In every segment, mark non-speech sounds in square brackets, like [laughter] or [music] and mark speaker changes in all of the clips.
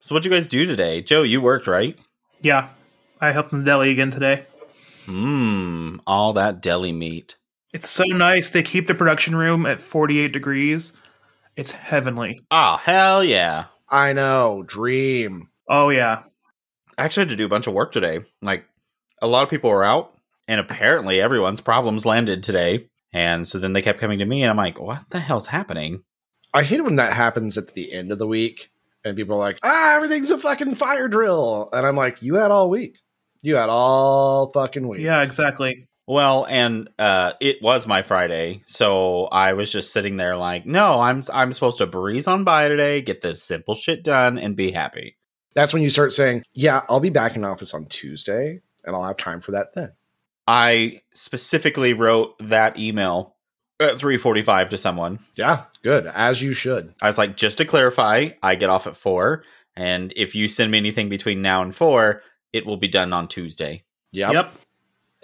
Speaker 1: So what'd you guys do today? Joe, you worked, right?
Speaker 2: Yeah, I helped in the deli again today.
Speaker 1: Mmm, all that deli meat.
Speaker 2: It's so nice. They keep the production room at 48 degrees. It's heavenly.
Speaker 1: Oh, hell yeah.
Speaker 3: I know, dream.
Speaker 2: Oh, yeah.
Speaker 1: I actually had to do a bunch of work today. Like, a lot of people were out, and apparently everyone's problems landed today. And so then they kept coming to me, and I'm like, what the hell's happening?
Speaker 3: I hate it when that happens at the end of the week and people are like, ah, everything's a fucking fire drill. And I'm like, you had all week. You had all fucking week.
Speaker 2: Yeah, exactly.
Speaker 1: Well, and uh, it was my Friday, so I was just sitting there like, no, I'm I'm supposed to breeze on by today, get this simple shit done, and be happy.
Speaker 3: That's when you start saying, yeah, I'll be back in office on Tuesday and I'll have time for that then.
Speaker 1: I specifically wrote that email at 3:45 to someone.
Speaker 3: Yeah, good. As you should.
Speaker 1: I was like, just to clarify, I get off at 4, and if you send me anything between now and 4, it will be done on Tuesday.
Speaker 3: Yep.
Speaker 2: Yep.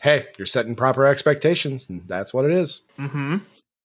Speaker 3: Hey, you're setting proper expectations, and that's what it is.
Speaker 2: Mm-hmm.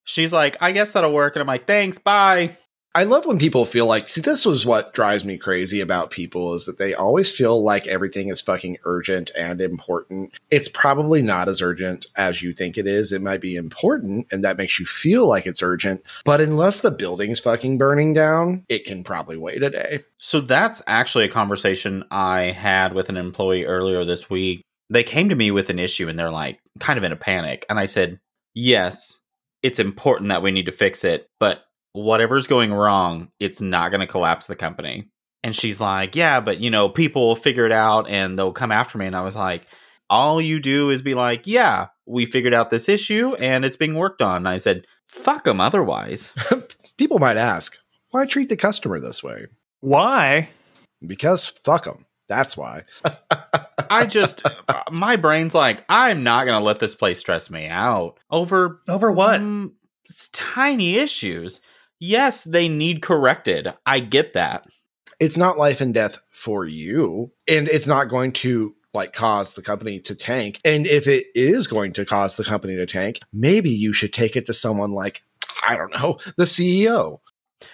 Speaker 1: She's like, "I guess that'll work." And I'm like, "Thanks, bye."
Speaker 3: I love when people feel like, see, this was what drives me crazy about people is that they always feel like everything is fucking urgent and important. It's probably not as urgent as you think it is. It might be important and that makes you feel like it's urgent. But unless the building's fucking burning down, it can probably wait a day.
Speaker 1: So that's actually a conversation I had with an employee earlier this week. They came to me with an issue and they're like kind of in a panic. And I said, Yes, it's important that we need to fix it, but whatever's going wrong, it's not going to collapse the company. And she's like, Yeah, but you know, people will figure it out and they'll come after me. And I was like, All you do is be like, Yeah, we figured out this issue and it's being worked on. And I said, Fuck them otherwise.
Speaker 3: People might ask, why treat the customer this way?
Speaker 2: Why?
Speaker 3: Because fuck them. That's why.
Speaker 1: I just, [laughs] my brain's like, I'm not going to let this place stress me out over
Speaker 2: Over what?
Speaker 1: um, s- tiny issues. Yes, they need corrected. I get that.
Speaker 3: it's not life and death for you and it's not going to like cause the company to tank and if it is going to cause the company to tank maybe you should take it to someone like i don't know the E ceo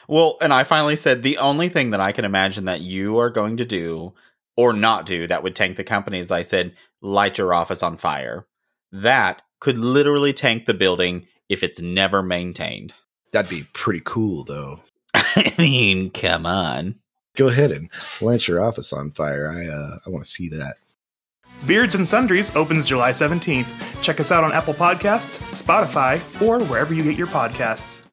Speaker 1: Well, and I finally said the only thing that I can imagine that you are going to do or not do that would tank the company is I said, light your office on fire. That could literally tank the building if it's never maintained.
Speaker 3: that'd be pretty cool though
Speaker 1: [laughs] I mean, come on.
Speaker 3: go ahead and light your office on fire i uh i want to see that
Speaker 2: Beards and Sundries opens July 17th. Check us out on Apple Podcasts, Spotify, or wherever you get your podcasts.